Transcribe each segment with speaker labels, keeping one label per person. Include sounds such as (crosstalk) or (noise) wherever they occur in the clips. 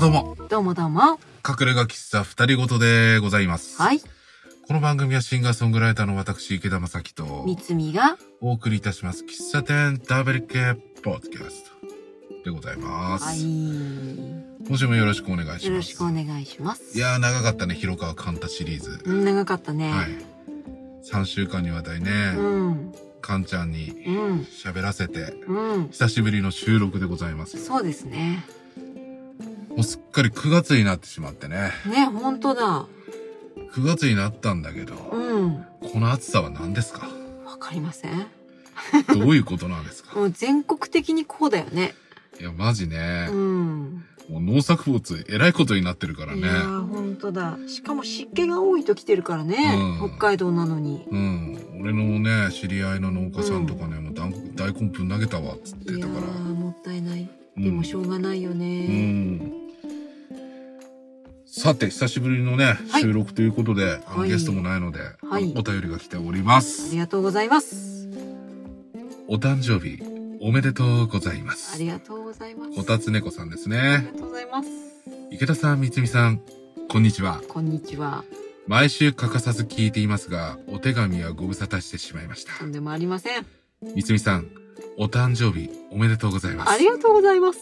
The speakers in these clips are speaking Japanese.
Speaker 1: どうもどうも。
Speaker 2: 隠れ家喫茶二人ごとでございます。
Speaker 1: はい。
Speaker 2: この番組はシンガーソングライターの私、池田正樹と
Speaker 1: みつみが。
Speaker 2: お送りいたします。喫茶店ダブル系ポッドキャストでございます。
Speaker 1: はい。
Speaker 2: 今週もよろしくお願いします。
Speaker 1: よろしくお願いします。
Speaker 2: いやー、長かったね、広川カンタシリーズ。
Speaker 1: うん長かったね。
Speaker 2: はい。3週間にわたりね、
Speaker 1: うん。
Speaker 2: カンちゃんに
Speaker 1: うん。
Speaker 2: 喋らせて、
Speaker 1: うん。
Speaker 2: 久しぶりの収録でございます。
Speaker 1: そうですね。
Speaker 2: もうすっかり9月になってしまってね。
Speaker 1: ね、本当だ。
Speaker 2: 9月になったんだけど、
Speaker 1: うん。
Speaker 2: この暑さは何ですか
Speaker 1: わかりません
Speaker 2: どういうことなんですか (laughs)
Speaker 1: もう全国的にこうだよね。
Speaker 2: いや、マジね
Speaker 1: う、ん。
Speaker 2: もう農作物、えらいことになってるから
Speaker 1: い
Speaker 2: ね
Speaker 1: や。ー、本当だ。しかも湿気が多いと来てるからね。
Speaker 2: うん
Speaker 1: 北海道なのに。
Speaker 2: うん。俺のね、知り合いの農家さんとかね、もう大根大根ぶん投げたわ、っつっ
Speaker 1: い
Speaker 2: て
Speaker 1: や
Speaker 2: たから。
Speaker 1: ー、もったいない。
Speaker 2: うん
Speaker 1: でもしょうがないよ
Speaker 2: う
Speaker 1: ね。
Speaker 2: ん。さて、久しぶりのね、
Speaker 1: はい
Speaker 2: 収録ということで、あの
Speaker 1: はい
Speaker 2: ゲストもないので、
Speaker 1: はい
Speaker 2: お便りが来ておりま
Speaker 1: あ
Speaker 2: す
Speaker 1: り。がとうございます。
Speaker 2: お誕生日、おめでとうございま
Speaker 1: あ
Speaker 2: す。
Speaker 1: りがとうございます。
Speaker 2: こたつ猫さんです
Speaker 1: あり
Speaker 2: ね。
Speaker 1: がとうございます。
Speaker 2: 池田さん、三つみさん、こんにちは。
Speaker 1: こんにちは。
Speaker 2: 毎週欠かさず聞いていますが、お手紙はご無沙汰してしまいました。
Speaker 1: とんでもありません。
Speaker 2: 三つみさん、お誕生日、おめでとうございます
Speaker 1: あ。りがとうございます。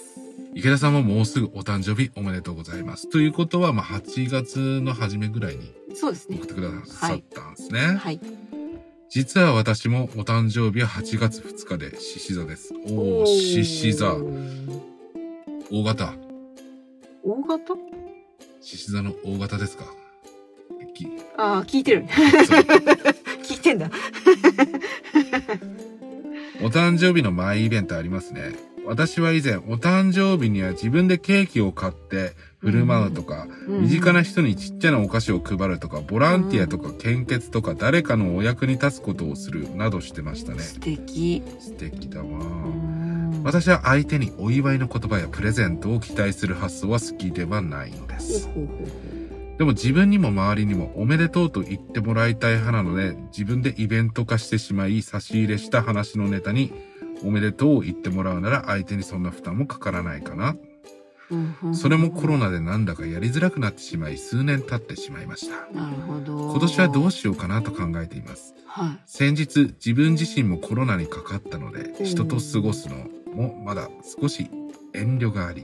Speaker 2: 池田さんももうすぐお誕生日、おめでとうございます。ということは、まあ、8月の初めぐらいに
Speaker 1: そうですね
Speaker 2: 送っ。てくださったんですね。
Speaker 1: はい。
Speaker 2: 実は私もお誕生日は8月2日で獅子座です。お
Speaker 1: ー
Speaker 2: お、獅子座。大型。
Speaker 1: 大型
Speaker 2: 獅子座の大型ですかき
Speaker 1: ああ、聞いてる。 (laughs)
Speaker 2: そう
Speaker 1: 聞いてんだ。
Speaker 2: お誕生日の前イベントありますね。私は以前、お誕生日には自分でケーキを買って振る舞うとか、身近な人にちっちゃなお菓子を配るとか、ボランティアとか献血とか、誰かのお役に立つことをするなどしてましたね。
Speaker 1: 素敵。
Speaker 2: 素敵だわ。
Speaker 1: うん
Speaker 2: 私は相手にお祝いの言葉やプレゼントを期待する発想は好きではないのです。
Speaker 1: ほうほうほう
Speaker 2: でも自分にも周りにもおめでとうと言ってもらいたい派なので、自分でイベント化してしまい、差し入れした話のネタに、おめでとうを言ってもらうなら相手にそんな負担もかからないかな。
Speaker 1: ほううんうんうん
Speaker 2: それもコロナでなんだかやりづらくなってしまい、数年経ってしまいました。
Speaker 1: なるほど。
Speaker 2: 今年はどうしようかなと考えています。
Speaker 1: は
Speaker 2: 先日自分自身もコロナにかかったので人と過ごすのもまだ少し遠慮があり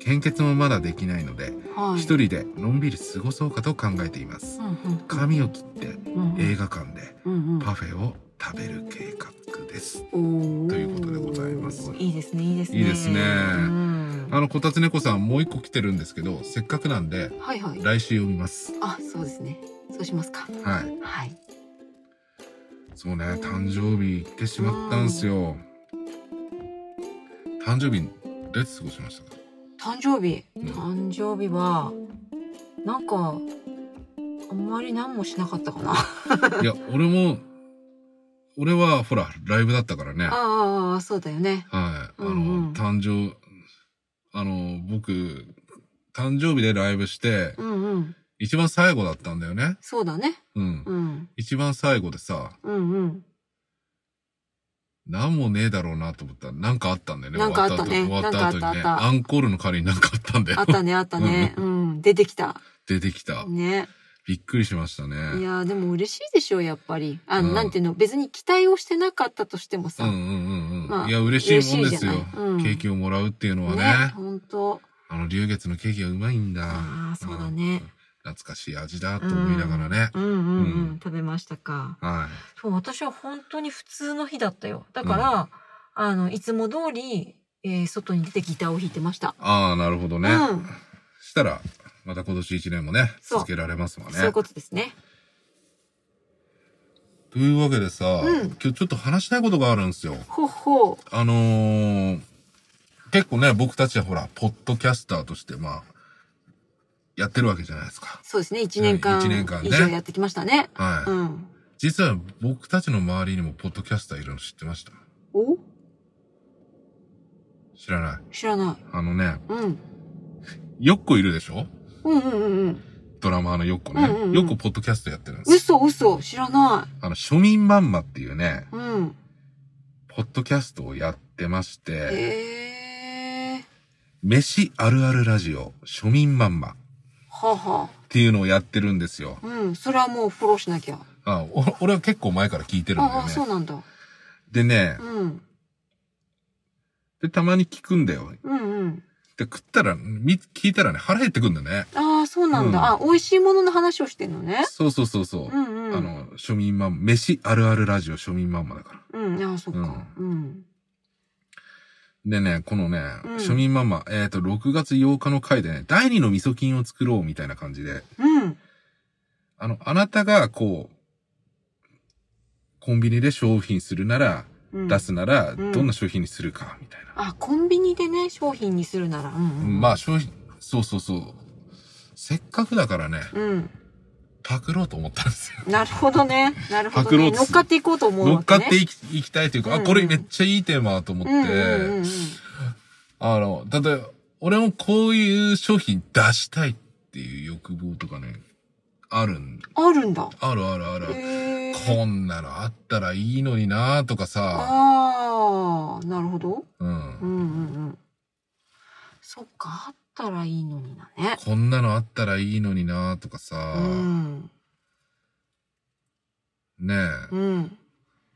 Speaker 2: 献血もまだできないので
Speaker 1: い。はい。
Speaker 2: 一人でのんびり過ごそうかと考えています
Speaker 1: うんうん
Speaker 2: 髪を切って
Speaker 1: うんうん
Speaker 2: 映画館で
Speaker 1: うん
Speaker 2: パフェを食べる計画です
Speaker 1: うんおー
Speaker 2: ということでございます
Speaker 1: いいですね、いいですね。
Speaker 2: いいですね
Speaker 1: うん
Speaker 2: あのこたつ猫さんもう一個来てるんですけどせっかくなんで
Speaker 1: はいはい。
Speaker 2: 来週読みます
Speaker 1: あ、そうですね。そうしますか。
Speaker 2: はい
Speaker 1: はい。
Speaker 2: そうね誕生日行ってしまったんすよ誕生日どうやって過ごしましたか
Speaker 1: 誕生日、
Speaker 2: ん
Speaker 1: 誕生日はなんかあんまり何もしなかったか (laughs) なあ
Speaker 2: いや、俺も、俺は、ほら、ライブだったからね。はい。
Speaker 1: あそうだよね
Speaker 2: あの、
Speaker 1: うんうん
Speaker 2: 誕生、あの、僕、誕生日でライブして、
Speaker 1: うんうん
Speaker 2: 一番最後だったんだよね。
Speaker 1: そうだね
Speaker 2: うん。
Speaker 1: うん
Speaker 2: 一番最後でさ、
Speaker 1: うんうん
Speaker 2: なんもねえだろうなと思ったら、なんかあったんだよね。
Speaker 1: なんかあったね
Speaker 2: 終わった後
Speaker 1: なんかあっ
Speaker 2: に
Speaker 1: た
Speaker 2: ね。
Speaker 1: あった
Speaker 2: アンコールの代わりになんかあったんだよ
Speaker 1: あっ。たねあったねうん出てきた
Speaker 2: 出てきた。
Speaker 1: ね
Speaker 2: びっくりしましたね。
Speaker 1: いやーでも嬉しいでしょやっぱりあの、
Speaker 2: うん
Speaker 1: なんていうの別に期待をしてなかったとしても
Speaker 2: う
Speaker 1: さ、
Speaker 2: んうんうんうん。
Speaker 1: まあ
Speaker 2: いや、嬉しいもんですよ。
Speaker 1: 嬉しいじゃないうん
Speaker 2: ケーキをもらうっていうのはね。
Speaker 1: ね本当
Speaker 2: あの、流月のケーキがうまいんだ。
Speaker 1: あーそうだね
Speaker 2: うん。懐かしい味だと思いながらね。
Speaker 1: うんうんうん、
Speaker 2: うん
Speaker 1: 食べましたか
Speaker 2: は
Speaker 1: そう私は本当に普通の日だったよだから、あのいつも通り、えー外に出てギターを弾いてました
Speaker 2: い。ああ、なるほどね。
Speaker 1: うん
Speaker 2: したら、また今年一年もね、
Speaker 1: そう
Speaker 2: 続けられますもんね。
Speaker 1: そういうことですね。
Speaker 2: というわけでさ、
Speaker 1: うん
Speaker 2: 今日ちょっと話したいことがあるんですよ。
Speaker 1: ほほ
Speaker 2: あのー、結構ね、僕たちはほら、ポッドキャスターとして、まあ、やってるわけじゃないですか。
Speaker 1: そうですね。一年間
Speaker 2: 一年間ね
Speaker 1: 以上やってきましたね。
Speaker 2: はい。
Speaker 1: うん。
Speaker 2: 実は僕たちの周りにもポッドキャスターいるの知ってました
Speaker 1: お
Speaker 2: 知らない。
Speaker 1: 知らない。
Speaker 2: あのね、
Speaker 1: うん。
Speaker 2: よっこいるでしょ
Speaker 1: うんうんうんうん。
Speaker 2: ドラマーのよっこね。
Speaker 1: うんうんうん
Speaker 2: よっこポッドキャストやってるんですよ
Speaker 1: 嘘嘘知らな
Speaker 2: あの、庶民マンマっていうね、
Speaker 1: い。うん。
Speaker 2: ポッドキャストをやってまして、
Speaker 1: へえ。
Speaker 2: 飯あるあるラジオ、庶民マンマっ
Speaker 1: はあ、は
Speaker 2: ていうのをやってるんですよ。
Speaker 1: あ、うん。それはもうフォローしなきゃ。
Speaker 2: あお俺は結構前から聞いてるんだ
Speaker 1: あ
Speaker 2: よ
Speaker 1: あ、そう
Speaker 2: ね。
Speaker 1: なんだ。
Speaker 2: でね
Speaker 1: う、ん。
Speaker 2: で、たまに聞くんだよ。
Speaker 1: うんうん。
Speaker 2: で、食ったら、み聞いたらね、腹減ってくんだね。
Speaker 1: ああ、そうなんだ。
Speaker 2: うん
Speaker 1: あ、美味しいものの話をしてんのね。
Speaker 2: そうそうそうそう。
Speaker 1: うんうん。
Speaker 2: あの、庶民マンマ、飯あるあるラジオ、庶民マンマだから。
Speaker 1: うん、ああ、そっか。うん。
Speaker 2: でね、このね、
Speaker 1: うん
Speaker 2: 庶民マンマ、えっ、と、6月8日の回でね、第二の味噌菌を作ろうみたいな感じで、
Speaker 1: うん。
Speaker 2: あの、あなたが、こう、コンビニで商品するなら、
Speaker 1: うん、
Speaker 2: 出すなら、
Speaker 1: うん
Speaker 2: どんな商品にするか、みたいな。
Speaker 1: あ、コンビニでね、商品にするなら。うん、うん。
Speaker 2: まあ、商品、そうそうそう。せっかくだからね、
Speaker 1: うん。
Speaker 2: パクろうと思ったんですよ。
Speaker 1: なるほどね。なるほ
Speaker 2: パク
Speaker 1: ど、
Speaker 2: ろ
Speaker 1: ね。
Speaker 2: うとす
Speaker 1: 乗っかっていこうと思う
Speaker 2: 乗っ
Speaker 1: わけ、
Speaker 2: か
Speaker 1: ね。
Speaker 2: っていきいきたいというか、
Speaker 1: うんうん
Speaker 2: あ、これめっちゃいいテーマだと思って、
Speaker 1: うんうんうんうん。
Speaker 2: あの、例えば、俺もこういう商品出したいっていう欲望とかね、あるん、
Speaker 1: あるんだ。
Speaker 2: あるあるある。
Speaker 1: へえ。
Speaker 2: こんなのあったらいいのになーとかさ、
Speaker 1: ああ、なるほど。
Speaker 2: う。
Speaker 1: うんんうんうん。そっか、あったらいいのになね。
Speaker 2: こんなのあったらいいのになーとか
Speaker 1: う
Speaker 2: さ、
Speaker 1: ん。
Speaker 2: ねえ、
Speaker 1: うん。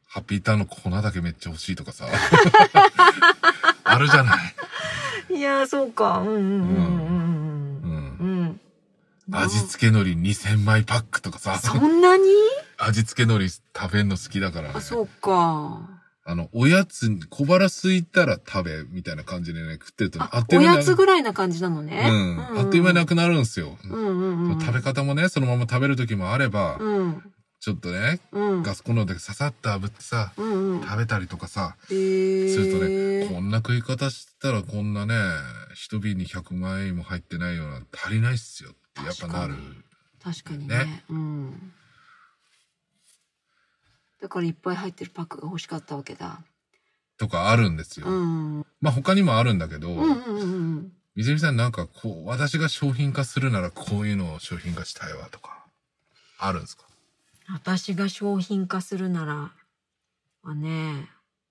Speaker 2: ハッピーターンの粉だけめっちゃ欲しいとか
Speaker 1: (laughs)
Speaker 2: さ、あるじゃない。
Speaker 1: いやー、そうか。うんうんうんうん
Speaker 2: う。
Speaker 1: うんうんん。うん。
Speaker 2: 味付け海苔2000枚パックとかさ、
Speaker 1: そんなに
Speaker 2: (laughs) 味付け海苔食べんの好きだからね。
Speaker 1: あ、そうか。
Speaker 2: あの、おやつに小腹空いたら食べ、みたいな感じでね、食ってるとね、
Speaker 1: あ、
Speaker 2: とい
Speaker 1: お
Speaker 2: う間に
Speaker 1: やつぐらいな感じなのね。
Speaker 2: うん、あっという間になくなるんですよ。
Speaker 1: うんうんうん。
Speaker 2: 食べ方もね、そのまま食べる時もあれば、
Speaker 1: うん。
Speaker 2: ちょっとね、
Speaker 1: うん。
Speaker 2: ガスコンロでささっと炙ってさ、
Speaker 1: うんうん。
Speaker 2: 食べたりとかさ、
Speaker 1: えー、
Speaker 2: するとね、こんな食い方したらこんなね、一瓶に100枚も入ってないような足りないっすよってやっぱなる
Speaker 1: 確。確かにね
Speaker 2: ね
Speaker 1: うんだからいっぱい入ってるパックが欲しかったわけだ
Speaker 2: とかあるんですよ。
Speaker 1: うんうん
Speaker 2: まあ他にもあるんだけど、
Speaker 1: うんうんうん
Speaker 2: みずみさんなんかこう、私が商品化するならこういうのを商品化したいわとか、あるんですか
Speaker 1: 私が商品化するならはね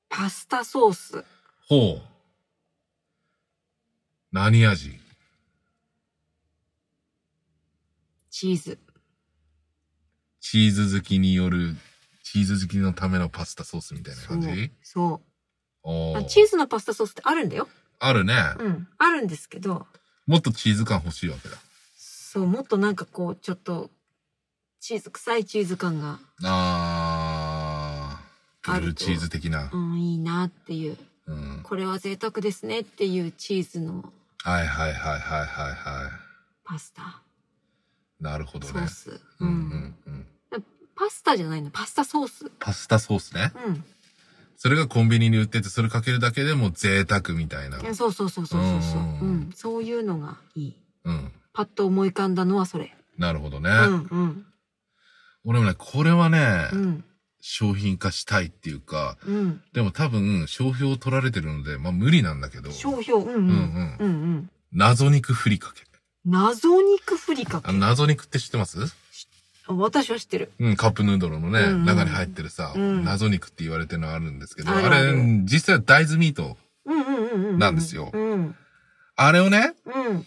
Speaker 1: パスタソース
Speaker 2: ほう。何味
Speaker 1: チーズ
Speaker 2: チーズ好きによる、チーズ好きのためのパスタソースみたいな
Speaker 1: そう
Speaker 2: 感じ
Speaker 1: そ
Speaker 2: お
Speaker 1: う
Speaker 2: ー
Speaker 1: あチーズのパスタソースってあるんだよ
Speaker 2: あるね、
Speaker 1: うんあるんですけど
Speaker 2: もっとチーズ感欲しいわけだ。
Speaker 1: そうもっとなんかこうちょっとチーズ臭いチーズ感が
Speaker 2: あー。ブルーチーズ的な
Speaker 1: う。んいいなっていう
Speaker 2: うん。
Speaker 1: これは贅沢ですねっていうチーズの
Speaker 2: はいはいはいはいはいは
Speaker 1: パスタ
Speaker 2: い。なるほど
Speaker 1: ソ
Speaker 2: ね
Speaker 1: ー。ス、
Speaker 2: うんうんうん。
Speaker 1: うんパスタじゃないのパスタソース
Speaker 2: パスタソースね。
Speaker 1: う
Speaker 2: それがコンビニに売ってて、それかけるだけでもう贅沢みたいな。
Speaker 1: んそうそうそうそうそうそう
Speaker 2: う
Speaker 1: うんん、そういうのがいい
Speaker 2: うん。
Speaker 1: パッと思い浮かんだのはそれ
Speaker 2: なるほどね。
Speaker 1: うんうん
Speaker 2: 俺もね、これはね、
Speaker 1: うん
Speaker 2: 商品化したいっていうか、
Speaker 1: うん
Speaker 2: でも多分、商標取られてるので、まあ無理なんだけど、
Speaker 1: 商標うんうん
Speaker 2: う
Speaker 1: うんんうん、
Speaker 2: 謎肉ふりかけ。
Speaker 1: 謎肉ふりかけ
Speaker 2: あの謎肉って知ってます
Speaker 1: 私は知ってる
Speaker 2: うん、カップヌードルのね、
Speaker 1: うんうん
Speaker 2: 中に入ってるさ、
Speaker 1: うん
Speaker 2: 謎肉って言われてるのあるんですけど、
Speaker 1: ある
Speaker 2: あ
Speaker 1: ある
Speaker 2: れ、実際は大豆ミート。
Speaker 1: うんうんうんうん
Speaker 2: なんですよ
Speaker 1: うん
Speaker 2: あれをね、
Speaker 1: うん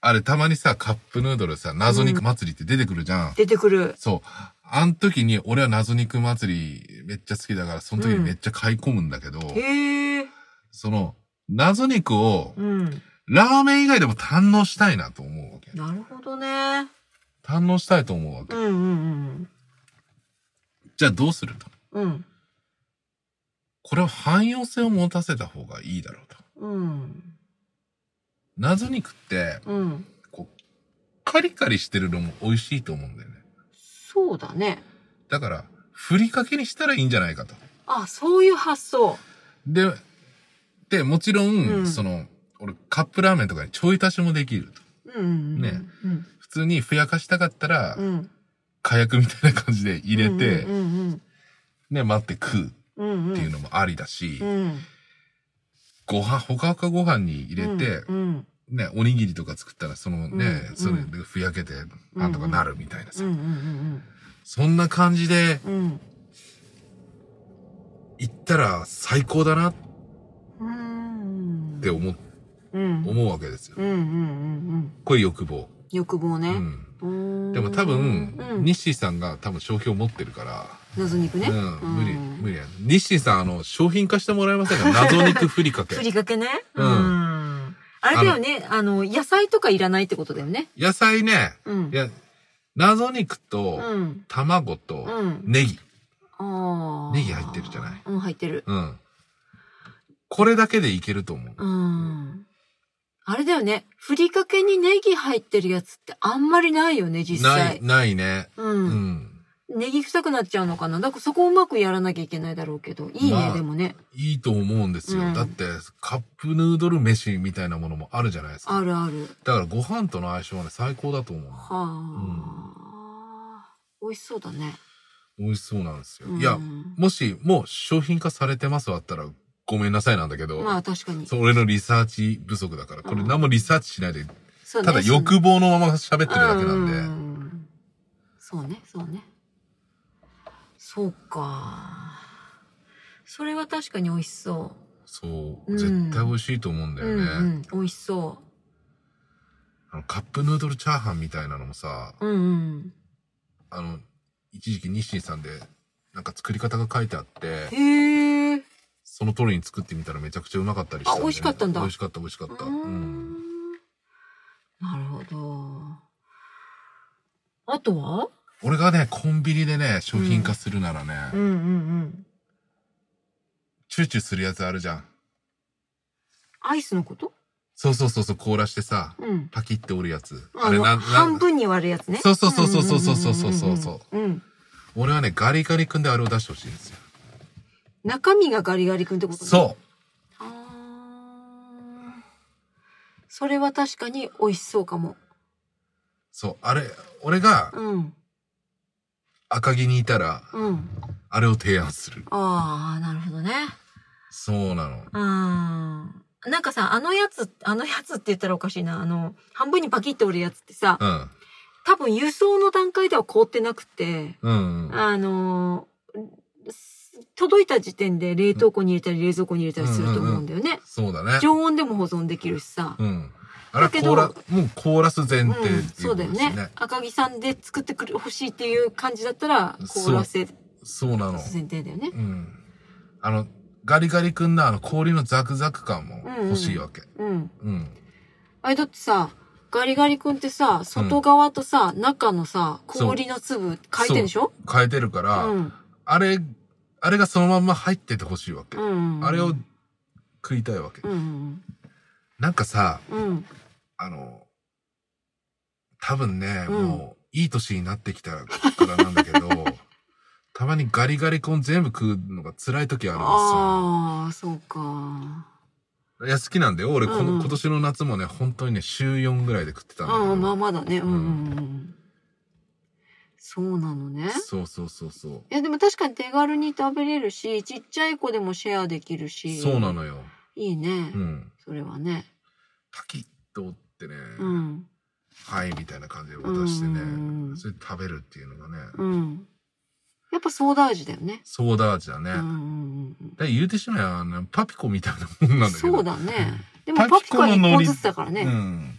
Speaker 2: あれたまにさ、カップヌードルさ、謎肉祭りって出てくるじゃん。
Speaker 1: 出てくる
Speaker 2: そう。あん時に、俺は謎肉祭りめっちゃ好きだから、その時にめっちゃ買い込むんだけど、
Speaker 1: へえ
Speaker 2: その、謎肉を、
Speaker 1: うん
Speaker 2: ラーメン以外でも堪能したいなと思うわけ。
Speaker 1: なるほどね
Speaker 2: 堪能したいと思うわけ
Speaker 1: う。んうん
Speaker 2: じゃあどうすると。
Speaker 1: うんうん
Speaker 2: これは汎用性を持たせた方がいいだろうと。
Speaker 1: うん
Speaker 2: 謎肉って、
Speaker 1: うん
Speaker 2: こう、カリカリしてるのも美味しいと思うんだよね。
Speaker 1: そうだね
Speaker 2: だから、ふりかけにしたらいいんじゃないかと。
Speaker 1: あそういう発想
Speaker 2: で、で、もちろん、
Speaker 1: うん
Speaker 2: その、俺、カップラーメンとかにちょい足しもできると。
Speaker 1: うんうんうん
Speaker 2: ね
Speaker 1: うん
Speaker 2: 普通にふやかしたかったら、
Speaker 1: うん
Speaker 2: 火薬みたいな感じで入れて、
Speaker 1: うんうん
Speaker 2: ね、待って食う
Speaker 1: うんうん、
Speaker 2: っていうのもありだし、
Speaker 1: うん
Speaker 2: ご飯、ほかほかご飯に入れて、
Speaker 1: うん
Speaker 2: ね、おにぎりとか作ったら、そのね、
Speaker 1: うん
Speaker 2: それでふやけて、なんとかなるみたいな
Speaker 1: う
Speaker 2: さ。
Speaker 1: んうん
Speaker 2: そんな感じで、
Speaker 1: うんうん
Speaker 2: 行ったら最高だなっ
Speaker 1: うんうん
Speaker 2: て思っ
Speaker 1: うん。うん
Speaker 2: 思うわけですよ。
Speaker 1: うんうんうん。
Speaker 2: こういう欲望。
Speaker 1: 欲望
Speaker 2: う
Speaker 1: ね。
Speaker 2: ん。
Speaker 1: うーん
Speaker 2: でも多分、
Speaker 1: うん。
Speaker 2: 日誌さんが多分商標持ってるから、
Speaker 1: 謎肉ね。
Speaker 2: うん、無理、無
Speaker 1: 理。
Speaker 2: 理や。日清さん、あの、商品化してもらえません
Speaker 1: (laughs)
Speaker 2: か謎肉ふりかけ
Speaker 1: ふ。りかけね。
Speaker 2: う
Speaker 1: うんん。あれだよね。あの、野菜とかいらないってことだよね。
Speaker 2: 野菜ね、
Speaker 1: うん
Speaker 2: い。や、謎肉
Speaker 1: う
Speaker 2: と、
Speaker 1: ん。
Speaker 2: 卵と
Speaker 1: う、ん。
Speaker 2: ネギ。
Speaker 1: ああ。
Speaker 2: ネギ入ってるじゃない。
Speaker 1: うん、入ってる。
Speaker 2: うん。これだけでいけると思う。
Speaker 1: うん。あれだよね。ふりかけにネギ入ってるやつってあんまりないよね、実際。
Speaker 2: ない、ないね。
Speaker 1: う。
Speaker 2: うんん。
Speaker 1: ネギ臭くなっちゃうのかな。だからそこをうまくやらなきゃいけないだろうけど。いいね、
Speaker 2: まあ
Speaker 1: でもね。
Speaker 2: いいと思うんですよ。
Speaker 1: うん
Speaker 2: だって、カップヌードル飯みたいなものもあるじゃないですか。
Speaker 1: あるある。
Speaker 2: だからご飯との相性はね、最高だと思う。
Speaker 1: はあ、美味しそうだね。
Speaker 2: 美味しそうなんですよ。
Speaker 1: うん
Speaker 2: いや、もし、もう商品化されてますわったら、ごめんなさいなんだけど。
Speaker 1: まあ確かに。
Speaker 2: そう俺のリサーチ不足だから、これ何もリサーチしないで、
Speaker 1: そうね
Speaker 2: ただ欲望のまま喋ってるだけなんで、
Speaker 1: うそうね、そうね。そうか。それは確かに美味しそ
Speaker 2: そう、
Speaker 1: うん
Speaker 2: 絶対美味しいと思うんだ
Speaker 1: う。
Speaker 2: よね、
Speaker 1: うんうん。美味しそ
Speaker 2: あの。カップヌードルチャーハンみたいなのもさ、
Speaker 1: う。うんうん。
Speaker 2: あの、一時期日清さんで、なんか作り方が書いてあって、
Speaker 1: へえ。
Speaker 2: その通りに作ってみたらめちゃくちゃうまかったりしたんだよね、
Speaker 1: あ美味しかったんだ
Speaker 2: 美味しかった、美味しかった。う
Speaker 1: うーん
Speaker 2: ん。
Speaker 1: なるほど。あとは
Speaker 2: 俺がね、コンビニでね、商品化するならね、
Speaker 1: うんうんうん。
Speaker 2: チューチューするやつあるじゃん。
Speaker 1: アイスのこと
Speaker 2: そうそうそうそう、凍らしてさ、
Speaker 1: うん。
Speaker 2: パキって折るやつ。
Speaker 1: あの、
Speaker 2: なん
Speaker 1: 半分に割るやつね。
Speaker 2: そうそうそうそうそうそうそうそうそう
Speaker 1: うんうんうんうんうん。うん。
Speaker 2: 俺はね、ガリガリ君であれを出してほしいんですよ。
Speaker 1: 中身がガリガリ君ってことね
Speaker 2: そう
Speaker 1: あーそれは確かに美味しそうかも。
Speaker 2: そう、あれ、俺が
Speaker 1: うん。
Speaker 2: 赤城にいたら、
Speaker 1: うん。
Speaker 2: あれを提案する。
Speaker 1: ああ、なるほどね。
Speaker 2: そうなの。
Speaker 1: うん。なんかさ、あのやつ、あのやつって言ったらおかしいな。あの、半分にパキって折るやつってさ、
Speaker 2: うん。
Speaker 1: 多分輸送の段階では凍ってなくて、
Speaker 2: うん、うん。
Speaker 1: あのーす届いた時点で冷凍庫に入れたり冷蔵庫に入れたりすると思うんだよね。
Speaker 2: そうだね。
Speaker 1: 常温でも保存できるしさ。
Speaker 2: うん。あれは
Speaker 1: だけど
Speaker 2: 凍ら、もう凍らす前
Speaker 1: うん
Speaker 2: 提っていうことです、ね
Speaker 1: そうだよね。赤木さんで作ってくる欲しいっていう感じだったら、凍らせる
Speaker 2: そうなの。
Speaker 1: 前提だよね
Speaker 2: う。ん。あの、ガリガリ君のあの氷のザクザク感も欲しいわけ。
Speaker 1: うん。
Speaker 2: うん。
Speaker 1: あれだってさ、ガリガリ君ってさ、外側とさ、中のさ、氷の粒変えてんでしょ
Speaker 2: 変えてるか
Speaker 1: う
Speaker 2: ら、
Speaker 1: ん。
Speaker 2: あれ、あれがそのまんま入っててほしいわけ。
Speaker 1: うん。
Speaker 2: あれを食いたいわけ。
Speaker 1: うんうん
Speaker 2: なんかさ、
Speaker 1: うん。うん。
Speaker 2: あの、多分ね、
Speaker 1: うん
Speaker 2: もう、いい年になってきたからなんだけ
Speaker 1: (laughs)
Speaker 2: ど、たまにガリガリコン全部食うのが辛い時あるん
Speaker 1: ああ、そうか。
Speaker 2: ですよ。いや、好きなんだよ。俺、この、
Speaker 1: うんうん
Speaker 2: 今年の夏もね、本当にね、週4ぐらいで食ってたんだけど。
Speaker 1: うん、まあまだね。うん
Speaker 2: う
Speaker 1: うんんうん。そうなのね。
Speaker 2: そうそうそうそう。
Speaker 1: いや、でも確かに手軽に食べれるし、ちっちゃい子でもシェアできるし。
Speaker 2: そうなのよ。
Speaker 1: いいね。
Speaker 2: うん。
Speaker 1: それはね。
Speaker 2: パキッと折ってね、
Speaker 1: うん。
Speaker 2: はい、みたいな感じで渡して
Speaker 1: うんう
Speaker 2: ね、
Speaker 1: ん
Speaker 2: それで食べるっていうのがね、
Speaker 1: うん。やっぱソーダ味だよね。
Speaker 2: ソーダ味だね。
Speaker 1: うんうんうん
Speaker 2: だから言うてしまえばあの、パピコみたいなもん
Speaker 1: う
Speaker 2: なん
Speaker 1: ん。
Speaker 2: だけど。
Speaker 1: そうだね。でもパピコは
Speaker 2: パピコの
Speaker 1: 1
Speaker 2: 海
Speaker 1: 本
Speaker 2: 苔
Speaker 1: ずつだからね。
Speaker 2: うん。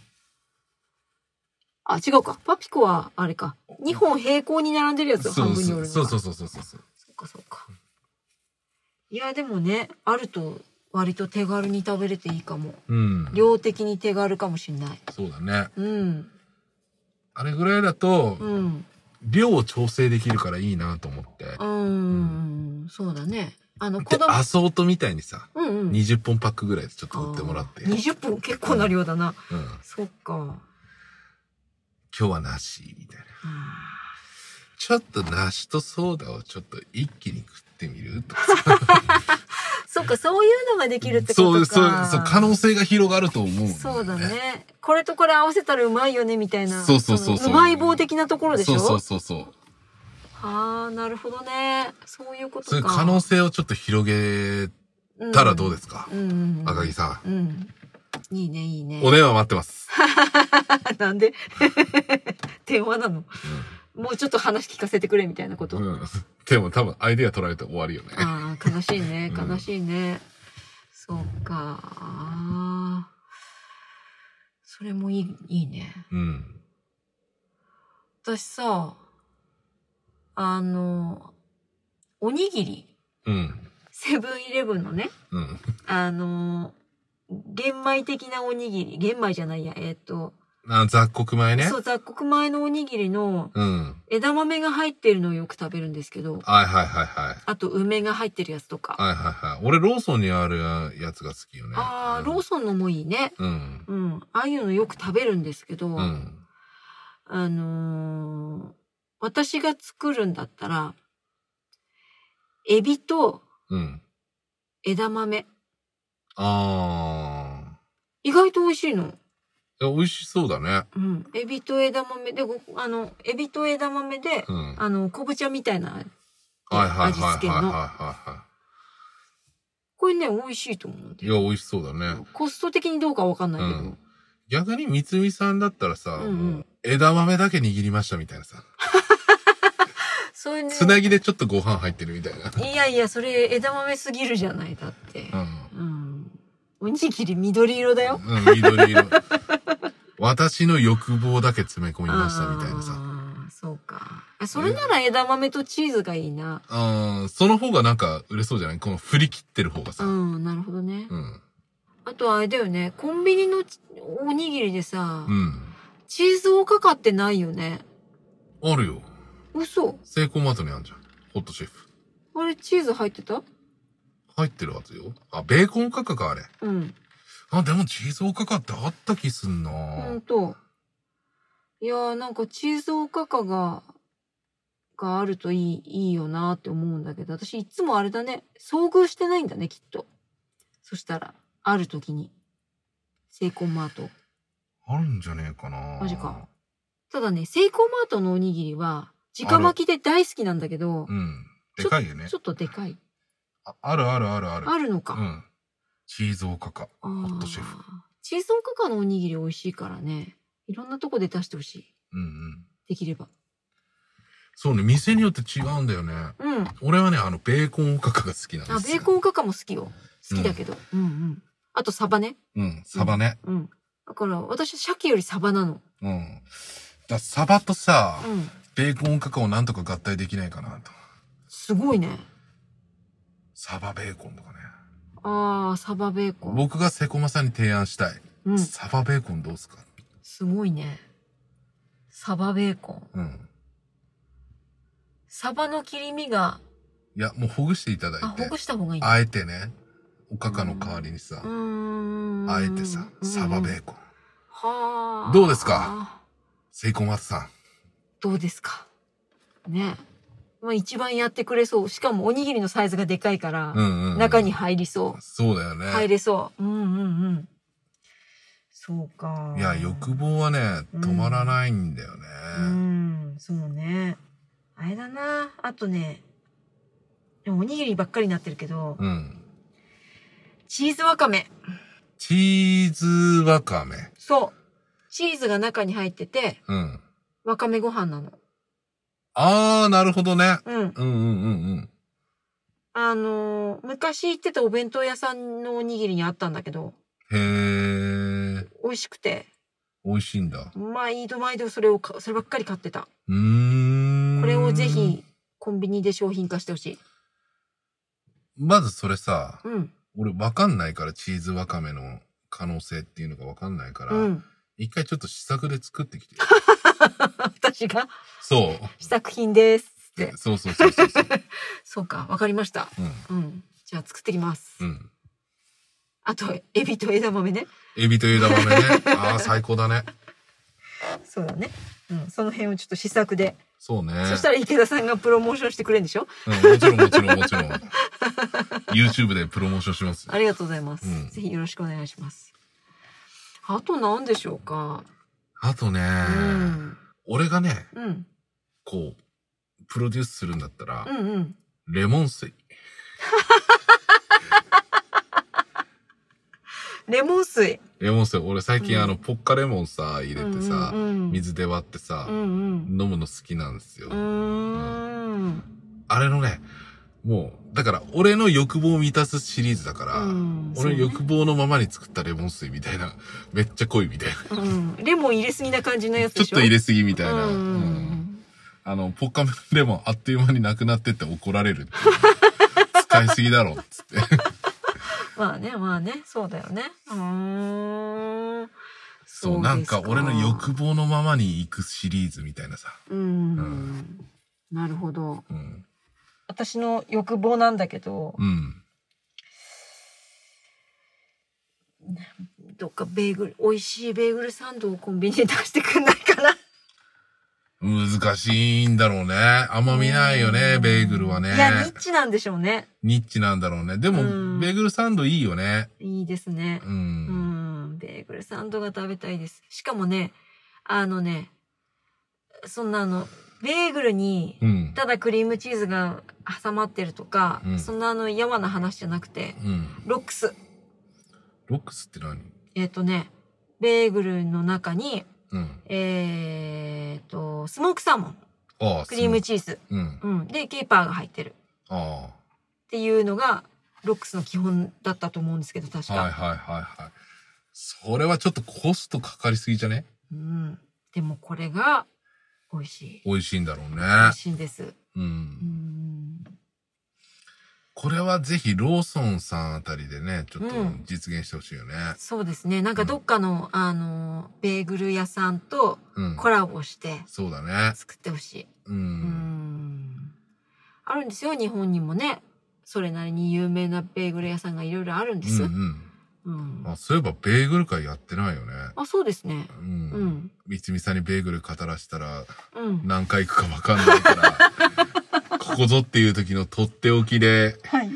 Speaker 1: あ、違うか。パピコは、あれか。2本平行に並んでるやつを
Speaker 2: そう
Speaker 1: 半分に折るのか。
Speaker 2: そうそうそうそうそうそう。
Speaker 1: そうかそうか。いや、でもね、あると割と手軽に食べれていいかも。
Speaker 2: うん。
Speaker 1: 量的に手軽かもしんない。
Speaker 2: そうだね。
Speaker 1: うん。
Speaker 2: あれぐらいだと、
Speaker 1: うん。
Speaker 2: 量を調整できるからいいなと思って。
Speaker 1: うーん。そうだね。あの、子
Speaker 2: で、
Speaker 1: 供。
Speaker 2: アソートみたいにさ、
Speaker 1: うんうん。
Speaker 2: 20本パックぐらいでちょっと売ってもらって。うん。
Speaker 1: 20分結構な量だな。
Speaker 2: 今
Speaker 1: そっか。
Speaker 2: 日は梨、みたいな。
Speaker 1: あ
Speaker 2: ちょっと梨とソーダをちょっと一気に食ってみるとか
Speaker 1: ーそっか、そういうのができるってこ
Speaker 2: そう、
Speaker 1: とか。
Speaker 2: そう、そう、可能性が広がると思うんよ。
Speaker 1: そうだね。これとこれ合わせたらうまいよね、みたいな。
Speaker 2: そうそうそうそう
Speaker 1: のうまい棒的なところでし
Speaker 2: そ
Speaker 1: ょ
Speaker 2: うそうそうそう。
Speaker 1: ああ、なるほどね。そういうことか。
Speaker 2: そういう可能性をちょっと広げたらどうですか、
Speaker 1: うんうんうん、
Speaker 2: 赤木さ
Speaker 1: ん。うん。いいね、いいね
Speaker 2: ん。。お電話待ってます。
Speaker 1: (laughs) なんで (laughs) 電話なの、もうちょっと話聞かせてくれみたいなこと。
Speaker 2: うん。でも多分アイデア取られて終わるよね。
Speaker 1: ああ、悲しいね、
Speaker 2: うん
Speaker 1: 悲しいね。そうか。あーそれもいい、いいね。
Speaker 2: うん。
Speaker 1: 私さ、あの、おにぎり、
Speaker 2: うん。
Speaker 1: セブンイレブンのね、
Speaker 2: うん。
Speaker 1: あの、玄米的なおにぎり、玄米じゃないや、えっ、と、
Speaker 2: あ、雑穀米ね。
Speaker 1: そう、雑穀米のおにぎりの
Speaker 2: うん。
Speaker 1: 枝豆が入ってるのをよく食べるんですけど、
Speaker 2: はいはいはいはい。
Speaker 1: あと梅が入ってるやつとか。
Speaker 2: はいはいはい。俺、ローソンにあるやつが好きよね。
Speaker 1: ああ、ロ
Speaker 2: ソ
Speaker 1: ーソンのもいいね。
Speaker 2: ン。うん。
Speaker 1: うん。ああいうのよく食べるんですけど、
Speaker 2: うん。
Speaker 1: あのー私が作るんだったら、エビと
Speaker 2: うん。
Speaker 1: 枝豆。
Speaker 2: あ
Speaker 1: 意外と美味しいの。
Speaker 2: あ。いや美味しそうだね。
Speaker 1: うん。エビと枝豆で、ごあの、エビと枝豆で、
Speaker 2: うん。はい
Speaker 1: あの、昆布茶みたいな
Speaker 2: はいはい
Speaker 1: 味付
Speaker 2: はい
Speaker 1: け
Speaker 2: はい
Speaker 1: の。
Speaker 2: は
Speaker 1: これね、美味しいと思うん
Speaker 2: い。
Speaker 1: だ
Speaker 2: い
Speaker 1: よ。
Speaker 2: や、美味しそうだね。
Speaker 1: コスト的にどうかわかんないけ
Speaker 2: う
Speaker 1: ど。
Speaker 2: ん逆に、三つみさんだったらさ、
Speaker 1: うんうん
Speaker 2: もう枝豆だけ握りましたみたいなさ。
Speaker 1: それね、
Speaker 2: つなぎでちょっとご飯入ってるみたいな。
Speaker 1: いやいや、それ枝豆すぎるじゃない、だって。
Speaker 2: うん。
Speaker 1: うん。おにぎり緑色だよ。
Speaker 2: うん、緑色。私の欲望だけ詰め込みましたみたいなさ。
Speaker 1: あーそうか。あそれなら枝豆とチーズがいいな。
Speaker 2: うん、その方がなんか売れそうじゃないこの振り切ってる方が
Speaker 1: う
Speaker 2: さ。うん。
Speaker 1: ん、なるほどね。
Speaker 2: うん。
Speaker 1: あとあれだよね、コンビニのちおにぎりでさ、
Speaker 2: うん。
Speaker 1: チーズおかかってないよね。
Speaker 2: あるよ。
Speaker 1: 嘘
Speaker 2: セイコーマートにあるじゃん。ホットシェフ。
Speaker 1: あれチーズ入ってた
Speaker 2: 入ってるはずよ。あ、ベーコン価格あれ。
Speaker 1: うん。
Speaker 2: あ、でもチーズおかかってあった気すんな
Speaker 1: ほんと。いやーなんかチーズおかかが、があるといい、いいよなーって思うんだけど、私いつもあれだね、遭遇してないんだね、きっと。そしたら、ある時に。セイコーマート。
Speaker 2: あるんじゃねえかな
Speaker 1: マジか。ただね、セイコーマートのおにぎりは、直巻きで大好きなんだけど
Speaker 2: う、ん。でかいよね
Speaker 1: ち。ょっとでかい。
Speaker 2: ああるあるあるある。
Speaker 1: あるのか。
Speaker 2: うん。チーズおかか。
Speaker 1: あー
Speaker 2: ットシェフ
Speaker 1: チーズおかかのおにぎり美味しいからね。いろんなとこで出してほしい。
Speaker 2: うんうん。
Speaker 1: できれば。
Speaker 2: そうね、店によって違うんだよね。
Speaker 1: うん。あ、
Speaker 2: 俺はね、あの、ベーコンおかかが好きなんです
Speaker 1: ベ
Speaker 2: よ。
Speaker 1: ーコンおかかも好きよ。好きだけど。うん、うん、あとサバね。
Speaker 2: うん、サバね。
Speaker 1: うん。だから私は鮭よりサバなの。
Speaker 2: うん。だサバとさ、
Speaker 1: うん。
Speaker 2: ベーコンおかかをなんとか合体できないかなと。
Speaker 1: すごいね。
Speaker 2: サバベーコンとかね。
Speaker 1: あー、サバベーコン。
Speaker 2: 僕がセコマさんに提案したい。
Speaker 1: うん。
Speaker 2: サバベーコンどうすか
Speaker 1: すごいね。サバベーコン。
Speaker 2: うん。
Speaker 1: サバの切り身が、
Speaker 2: いや、もうほぐしていただいて。
Speaker 1: あ、ほぐした方がいいね。
Speaker 2: あえてね、おかかの代わりにさ
Speaker 1: う、ーん
Speaker 2: あえてさ、サバベ
Speaker 1: うん
Speaker 2: ーコン。
Speaker 1: はあ。
Speaker 2: どうですかセイコマスさん。
Speaker 1: どうですかねまあ一番やってくれそう。しかもおにぎりのサイズがでかいから、
Speaker 2: うんうん、うん。
Speaker 1: 中に。入りそ
Speaker 2: そうだよね。
Speaker 1: う。入れそう。うんうんうん。そうか。
Speaker 2: いや、欲望はね、止まらないんだよね。
Speaker 1: うん、そうね。あれだな。あとね、でもおにぎりばっかりになってるけど、
Speaker 2: うん。
Speaker 1: チーズわかめ。
Speaker 2: チーズわかめ。
Speaker 1: そう。チーズが中に入ってて、
Speaker 2: うん。
Speaker 1: わかめご飯なの。
Speaker 2: あー、なるほどね。
Speaker 1: うん。
Speaker 2: うんうんうん
Speaker 1: あのー昔行ってたお弁当屋さんのおにぎりにあったんだけど、
Speaker 2: うん。へー。
Speaker 1: 美味しくて、
Speaker 2: 美味しいんだ。
Speaker 1: 毎度毎度それをか、そればっかり買ってた。
Speaker 2: うーん。
Speaker 1: これをぜひ。コンビニで商品化してほしい。
Speaker 2: まずそれさ、
Speaker 1: うん。
Speaker 2: 俺わかんないから、チーズわかめの可能性っていうのがわかんないから、
Speaker 1: うん。
Speaker 2: 一回ちょっと試作で作ってき
Speaker 1: (laughs)
Speaker 2: て。
Speaker 1: 私が
Speaker 2: そう。
Speaker 1: 試作品です。って。
Speaker 2: そうそうそうそうそう。
Speaker 1: そうか、わかりました。
Speaker 2: う
Speaker 1: うん。じゃあ作ってきます。
Speaker 2: ん。うん。
Speaker 1: あと、エビと枝豆ね。
Speaker 2: エビと枝
Speaker 1: (laughs)
Speaker 2: 豆ね。ああ、最高だね。
Speaker 1: そうだね。うん。その辺をちょっと試作で。
Speaker 2: そうね。
Speaker 1: そしたら池田さんがプロモーションしてくれるんでしょ
Speaker 2: うん、もちろんもちろんもちろん。YouTube でプロモーションしますよ。
Speaker 1: ありがとうございます。
Speaker 2: うん
Speaker 1: ぜひよろしくお願いします。あと何でしょうか
Speaker 2: あとね、
Speaker 1: うん。
Speaker 2: 俺がね、
Speaker 1: うん。
Speaker 2: こう、プロデュースするんだったら、
Speaker 1: うんうん。
Speaker 2: レモン水。
Speaker 1: レモン水。
Speaker 2: レモン水、俺最近、
Speaker 1: うん
Speaker 2: あの、ポッカレモンさ、入れてさ、
Speaker 1: うんうんうん、
Speaker 2: 水で割ってさ、
Speaker 1: うんうん。
Speaker 2: 飲むの好きなんですよ。
Speaker 1: うーん。
Speaker 2: あれのね、もう、だから、俺の欲望を満たすシリーズだから、
Speaker 1: うん
Speaker 2: 俺の
Speaker 1: そうね
Speaker 2: 欲望のままに作ったレモン水みたいな、めっちゃ濃いみたいな。
Speaker 1: うん。レモン入れすぎな感じのやつ
Speaker 2: ちょ
Speaker 1: で
Speaker 2: っ
Speaker 1: しょ
Speaker 2: と入
Speaker 1: れ
Speaker 2: れすぎみたいな。
Speaker 1: う
Speaker 2: うん
Speaker 1: ん。
Speaker 2: あの、ポッカメレモンあっという間になくなってって怒られるっていう。 (laughs) 使いすぎだろ、つって。
Speaker 1: まあね、まあね、そうだよね。うーん。
Speaker 2: そう、なんか俺の欲望のままに行くシリーズみたいなさ。
Speaker 1: うん。
Speaker 2: ん
Speaker 1: なるほど。
Speaker 2: うん。
Speaker 1: 私の欲望なんだけど、
Speaker 2: うん。
Speaker 1: どっかベーグル、美味しいベーグルサンドをコンビニで出してくんないかな。
Speaker 2: 難しいんだろうね。あんま見ないよね、ベーグルはね
Speaker 1: い。や、ニッチなんでしょうね。
Speaker 2: ニッチなんだろうね。でも、
Speaker 1: うん
Speaker 2: ベーグルサンドいいよね。
Speaker 1: いいですね。
Speaker 2: う。
Speaker 1: うんん、ベーグルサンドが食べたいです。しかもね、あのね、そんなあの、ベーグルに
Speaker 2: う、ん。
Speaker 1: ただクリームチーズが挟まってるとか、
Speaker 2: うん
Speaker 1: そんなあの、山な話じゃなくて、
Speaker 2: うん。
Speaker 1: ロックス。
Speaker 2: ロックスって何
Speaker 1: えっ、とね、ベーグルの中に、
Speaker 2: うん。
Speaker 1: えっ、と、スモークサーモン、
Speaker 2: ああ、
Speaker 1: クリーム
Speaker 2: チ
Speaker 1: チーズ、
Speaker 2: うん。
Speaker 1: うん、で、ケーパーが入ってる
Speaker 2: あ
Speaker 1: っていうのが、ロックスの基本だったと思うんですけど、確
Speaker 2: あ。
Speaker 1: か。
Speaker 2: はいはいはいはい。それはちょっとコストかかりすぎじゃね
Speaker 1: うん。でもこれが、美味しい。
Speaker 2: 美味しいんだろうね。
Speaker 1: 美味しいんです。
Speaker 2: う。
Speaker 1: うんん。
Speaker 2: これはぜひローソンさんあたりでね、ちょっと
Speaker 1: うん
Speaker 2: 実現してほしいよね。
Speaker 1: そうですね。なんかどっかの、あの、ベーグル屋さんと
Speaker 2: うん。
Speaker 1: コラボして
Speaker 2: そうだね。
Speaker 1: 作ってほしい。
Speaker 2: う。
Speaker 1: うんん。あるんですよ、日本にもね。それなりに有名なベーグル屋さんがいろいろあるんで
Speaker 2: うん
Speaker 1: す。
Speaker 2: うん。
Speaker 1: うん。
Speaker 2: あ、そういえばベーグル会やってないよね。
Speaker 1: あ、そうですね。
Speaker 2: う。
Speaker 1: うんん。
Speaker 2: 三つみさんにベーグル語らしたら
Speaker 1: うん。
Speaker 2: 何回行くかわかんないから、 (laughs) ここぞっていう時のとっておきで、
Speaker 1: はい。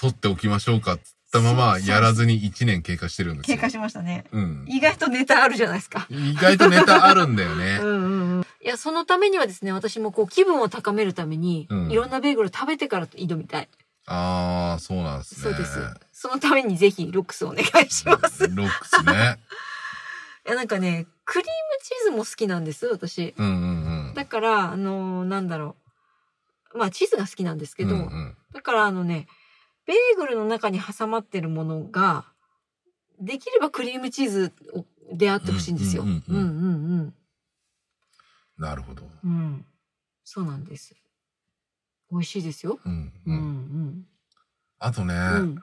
Speaker 2: 取っておきましょうかっつったまま
Speaker 1: そうそう
Speaker 2: やらずに1年経過してるんです
Speaker 1: 経
Speaker 2: よ。
Speaker 1: 過しましたね。
Speaker 2: うん。
Speaker 1: 意外とネタあるじゃないですか。
Speaker 2: 意外とネタあるんだよね
Speaker 1: (laughs) う。んうんうん。いや、そのためにはですね、私もこう気分を高めるために、
Speaker 2: うん
Speaker 1: いろんなベーグルを食べてから挑みたい。
Speaker 2: ああ、そうなんです
Speaker 1: そ
Speaker 2: ね。
Speaker 1: うです。そのためにぜひロックスお願いします。
Speaker 2: ロックスね。
Speaker 1: いや、なんかね、クリームチーズも好きなんです、私。
Speaker 2: うんうんうん。
Speaker 1: だから、あのーなんだろう。まあ、チーズが好きなんですけど、
Speaker 2: うんうん、
Speaker 1: だからあのね、ベーグルの中に挟まってるものが、できればクリームチーズを出会ってほしいんですよ。
Speaker 2: う
Speaker 1: うんん
Speaker 2: う
Speaker 1: うんん
Speaker 2: う
Speaker 1: うんん。
Speaker 2: なるほど。
Speaker 1: うん。そうなんです。美味しいですよ。
Speaker 2: うん
Speaker 1: う
Speaker 2: うんん。あとね、
Speaker 1: うん。うん。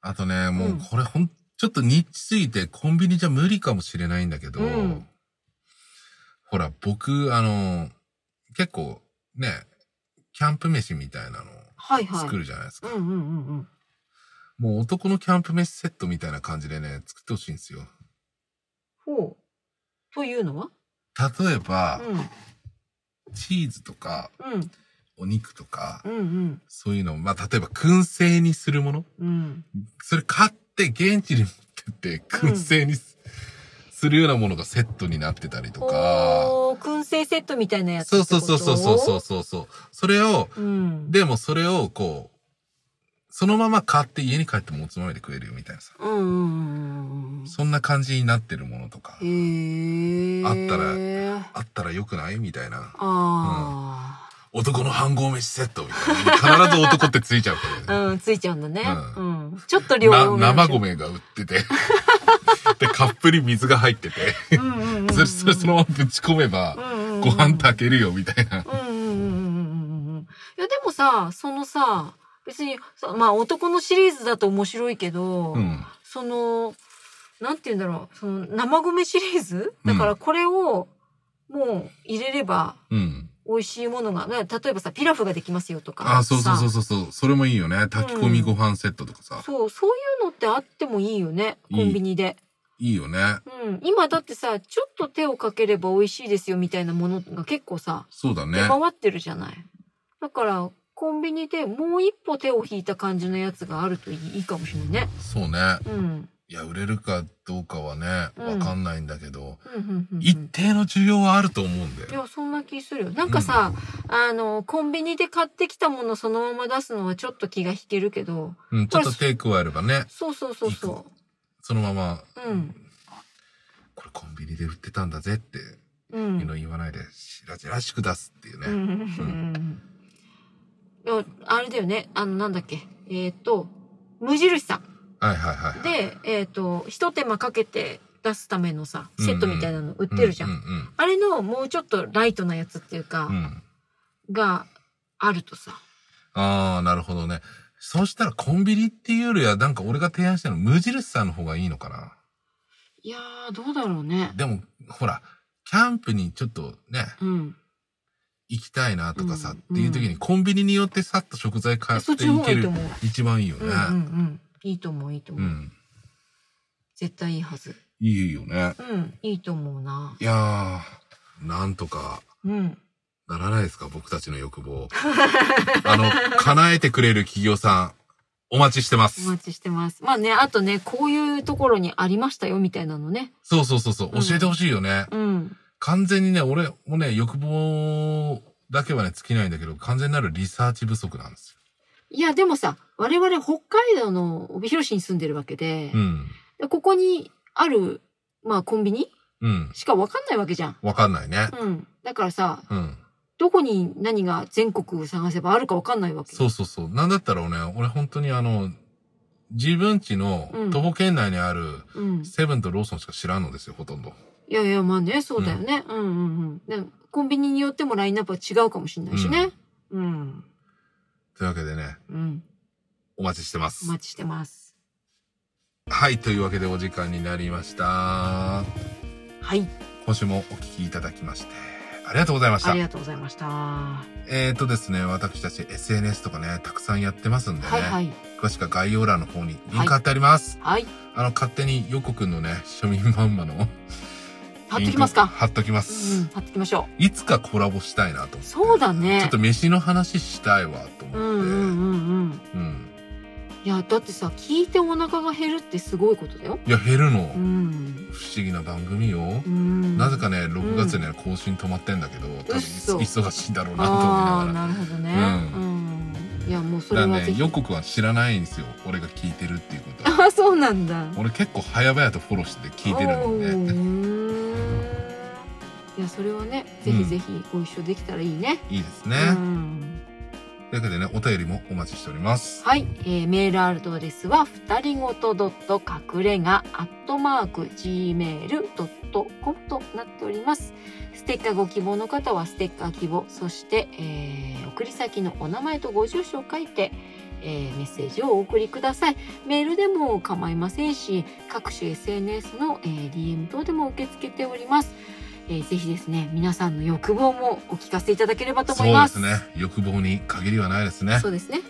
Speaker 2: あとね、もううんこれほん、ちょっとニッチすぎてコンビニじゃ無理かもしれないんだけど、
Speaker 1: うん
Speaker 2: ほら、僕、あの、結構ね、キャンプ飯みたいなの
Speaker 1: はいはい。
Speaker 2: 作るじゃないです
Speaker 1: う
Speaker 2: か。
Speaker 1: んうんうんうん。
Speaker 2: もう男のキャンプ飯セットみたいな感じでね、作ってほしいんですよ。
Speaker 1: ほう。というのは
Speaker 2: 例えば、
Speaker 1: う
Speaker 2: チーズとか、
Speaker 1: ん。うん。
Speaker 2: お肉とか、
Speaker 1: うん
Speaker 2: そういうのを、まあ、例えば燻製にするもの
Speaker 1: うん。うん。
Speaker 2: それ買って現地に持ってって、
Speaker 1: うん
Speaker 2: 燻製にす,、るようなものがセットになってたりとか。
Speaker 1: おー、燻製セットみたいなやつ
Speaker 2: そ
Speaker 1: っ
Speaker 2: う
Speaker 1: てこ
Speaker 2: そう
Speaker 1: と。
Speaker 2: そうそうそうそうそう。それを、
Speaker 1: うん。
Speaker 2: でもそれをこう、そのまま買って家に帰ってもおつまみで食えるよみたいなさ。
Speaker 1: うんうんうんうんうん。
Speaker 2: そんな感じになってるものとか
Speaker 1: へ、ー。
Speaker 2: あった
Speaker 1: ら。
Speaker 2: あったらよくないみたいな。
Speaker 1: あ
Speaker 2: 男の飯合飯セットみたいな。必ず男ってついちゃうけ
Speaker 1: あ。
Speaker 2: どね。
Speaker 1: うん、ついちゃうんだね。
Speaker 2: う
Speaker 1: うん。ちょっと量
Speaker 2: な
Speaker 1: 多めなんで
Speaker 2: 生
Speaker 1: しょ。
Speaker 2: 米が売って
Speaker 1: (laughs)
Speaker 2: て。で、カップに水が入ってて。
Speaker 1: うんうんうんうん。
Speaker 2: それ、それそのままぶち込めば、
Speaker 1: うんうんうん、
Speaker 2: ご飯炊けるよ、みたいな。
Speaker 1: うんうんうんうんうんうんうん。いや、でもさ、そのさ、別に、さまあ男のシリーズだと面白いけど、
Speaker 2: うん。
Speaker 1: その、なんて言うんだろう、その生米シリーズだからこれを、もう入れれば、
Speaker 2: うん。
Speaker 1: 美味しいものが、ね例えばさ、ピラフができますよとか。
Speaker 2: あ、そうそうそう
Speaker 1: さ
Speaker 2: そうそう。それもいいよね。炊き込みご飯セットとかさ。
Speaker 1: そう、そういうのってあってもいいよね、コンビニで。
Speaker 2: いいよね。
Speaker 1: うん。今だってさ、ちょっと手をかければ美味しいですよみたいなものが結構さ、
Speaker 2: そうだね
Speaker 1: 出。回ってるじゃない。だから、コンビニでもう一歩手を引いた感じのやつがあるといいいいかもしれないね。
Speaker 2: そうね。
Speaker 1: うん。
Speaker 2: いや、売れるかどうかはね、
Speaker 1: う
Speaker 2: わ
Speaker 1: ん
Speaker 2: かんないんだけど、
Speaker 1: うん、うん、うん。
Speaker 2: 一
Speaker 1: い
Speaker 2: 定の需要はあると思うんだよ。
Speaker 1: や、そんな気するよ。なんかさ、あの、コンビニで買ってきたものそのまま出すのはちょっと気が引けるけど、
Speaker 2: うん、ちょっと手加えればね、
Speaker 1: そうそうそうそ
Speaker 2: そのまま、
Speaker 1: う。うん。
Speaker 2: これコンビニで売ってたんだぜって
Speaker 1: う
Speaker 2: いうの
Speaker 1: ん。
Speaker 2: 言わないで、しらじらしく出すっていう
Speaker 1: うんう
Speaker 2: ね。
Speaker 1: んいやあれだよね。あの、なんだっけ。えっ、と、無印さん。
Speaker 2: はいはいはい。
Speaker 1: で、えっ、と、一手間かけて出すためのさ、
Speaker 2: うん
Speaker 1: セットみたいなの売ってるじゃん。
Speaker 2: うん
Speaker 1: あれのもうちょっとライトなやつっていうか
Speaker 2: うん、うん。うん
Speaker 1: があるとさ。
Speaker 2: ああ、なるほどね。そうしたらコンビニっていうよりは、なんか俺が提案したの無印さんの方がいいのかな。
Speaker 1: いやー、どうだろうね。
Speaker 2: でも、ほら、キャンプにちょっとね、
Speaker 1: うん。
Speaker 2: 行きたいなとかさ、
Speaker 1: うん
Speaker 2: っていう時にコンビニによってさっと食材買って
Speaker 1: そっ
Speaker 2: い
Speaker 1: ちの方が
Speaker 2: け
Speaker 1: いいと
Speaker 2: る
Speaker 1: 思う。
Speaker 2: 一番いいよ
Speaker 1: う
Speaker 2: ね
Speaker 1: んうんう。ん。いいと思う、いいと
Speaker 2: う
Speaker 1: 思う。
Speaker 2: ん。
Speaker 1: 絶対いいはず。
Speaker 2: いいよね。
Speaker 1: うん、いいと思うな。
Speaker 2: いやー、なんとか
Speaker 1: うん。
Speaker 2: ならないですか、僕たちの欲
Speaker 1: (laughs)
Speaker 2: 望。あの、叶えてくれる企業さん、お待ちしてま
Speaker 1: お
Speaker 2: す
Speaker 1: 待。ちしてます。まあね、あとね、こういうところにありましたよ、みたいなのね。
Speaker 2: そうそうそうそう、
Speaker 1: うん
Speaker 2: 教えてほしいよね。
Speaker 1: うん。
Speaker 2: 完全にね、俺もね、欲望だけはね、尽きないんだけど、完全なるリサーチ不足なんです
Speaker 1: いや、でもさ、我々北海道の帯広市に住んでるわけで
Speaker 2: よ。う、ん。
Speaker 1: でここにある、まあコンビニ
Speaker 2: うん。
Speaker 1: しかわかんないわけじゃん。
Speaker 2: わかんないね。
Speaker 1: うん。だからさ、
Speaker 2: うん。
Speaker 1: どこに何が全国探せばあるかわかんないわけ。
Speaker 2: そうそうそう。なんだったらね、俺本当にあの、自分家の
Speaker 1: うん
Speaker 2: 徒歩圏内にある
Speaker 1: うん。
Speaker 2: セブンとローソンしか知らんのですよ、ほとんど。
Speaker 1: いやいや、まあね、そうだよね。うん、うん、うんうんでコンビニによってもラインナップは違うかもしれないしね。うん。
Speaker 2: というわけでね、
Speaker 1: うん。
Speaker 2: お待ちしてます
Speaker 1: お。待ちしてます。
Speaker 2: はい、というわけでお時間になりました。
Speaker 1: はい。
Speaker 2: 今週もお聞きいただきまして、ありがとうございまし
Speaker 1: あ
Speaker 2: た
Speaker 1: り。がとうございました。は
Speaker 2: えっ、ー、とですね、私たち SNS とかね、たくさんやってますんで
Speaker 1: い
Speaker 2: ね、
Speaker 1: はい。
Speaker 2: 詳しくは概要欄の方にリンク貼ってあります。
Speaker 1: はい。
Speaker 2: あの、勝手にヨコくんのね、庶民まんまの。
Speaker 1: 貼っときますか。
Speaker 2: 貼っときま
Speaker 1: う
Speaker 2: す
Speaker 1: ん。。貼ってきましょ
Speaker 2: いつかコラボしたいなと思って。
Speaker 1: う。そうだね。
Speaker 2: ちょっと飯の話したいわと思って。
Speaker 1: う
Speaker 2: うんん。
Speaker 1: うんうんうん。いや、だってさ、聞いてお腹が減るってすごいことだよ。
Speaker 2: いや、減るの、
Speaker 1: う
Speaker 2: 不
Speaker 1: ん。
Speaker 2: 思議な番組よ
Speaker 1: う。ん。
Speaker 2: なぜかね、6月ね、更新止まってんだけど、多分
Speaker 1: うっそ
Speaker 2: 忙しいんだろうなと思い
Speaker 1: ああ、
Speaker 2: ながら。
Speaker 1: なるほどね。
Speaker 2: う
Speaker 1: うん。いや、もうそれ
Speaker 2: だか
Speaker 1: は
Speaker 2: ら
Speaker 1: ぜ
Speaker 2: ね、
Speaker 1: ひ。
Speaker 2: ヨコくんは知らないんですよ。俺が聞いてるっていうことは。
Speaker 1: ああ、そうなんだ。
Speaker 2: 俺結構早々とフォローして聞いてるんでね。
Speaker 1: おーいやそれはねぜひぜひご一緒できたらいいね。
Speaker 2: いいです
Speaker 1: う
Speaker 2: ね。
Speaker 1: ん
Speaker 2: というわけでね、お便りもお待ちしております。
Speaker 1: はい、えーメールアドレスは二人ごとドット隠れがアットマーク gmail.com となっております。ステッカーご希望の方はステッカー希望そして、えー送り先のお名前とご住所を書いて、えーメッセージをお送りください。メールでも構いませんし各種 SNS の、えー DM 等でも受け付けております。えーぜひですね皆さんの欲望もお聞かせいただければと
Speaker 2: そ
Speaker 1: 思
Speaker 2: う
Speaker 1: い
Speaker 2: で
Speaker 1: ます。
Speaker 2: すね。欲望に限りはないですね
Speaker 1: そ。うですね。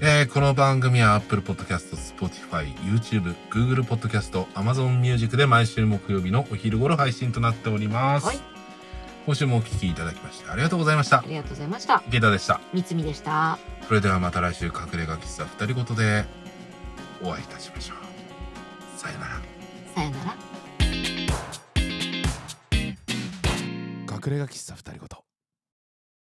Speaker 2: えーこの番組は Apple Podcast、Spotify、YouTube、Google Podcast、Amazon Music で毎週木曜日のお昼頃配信となっております。
Speaker 1: はい
Speaker 2: 今週もお聞きいただきましてありがとうございました
Speaker 1: あ。りがとうございました。
Speaker 2: 池田でした。
Speaker 1: みつみでした。
Speaker 2: それではまた来週隠れ家喫茶二人ごとでお会いいたしましょう。さよなら。
Speaker 1: さよなら。
Speaker 2: 隠れ家喫茶二人。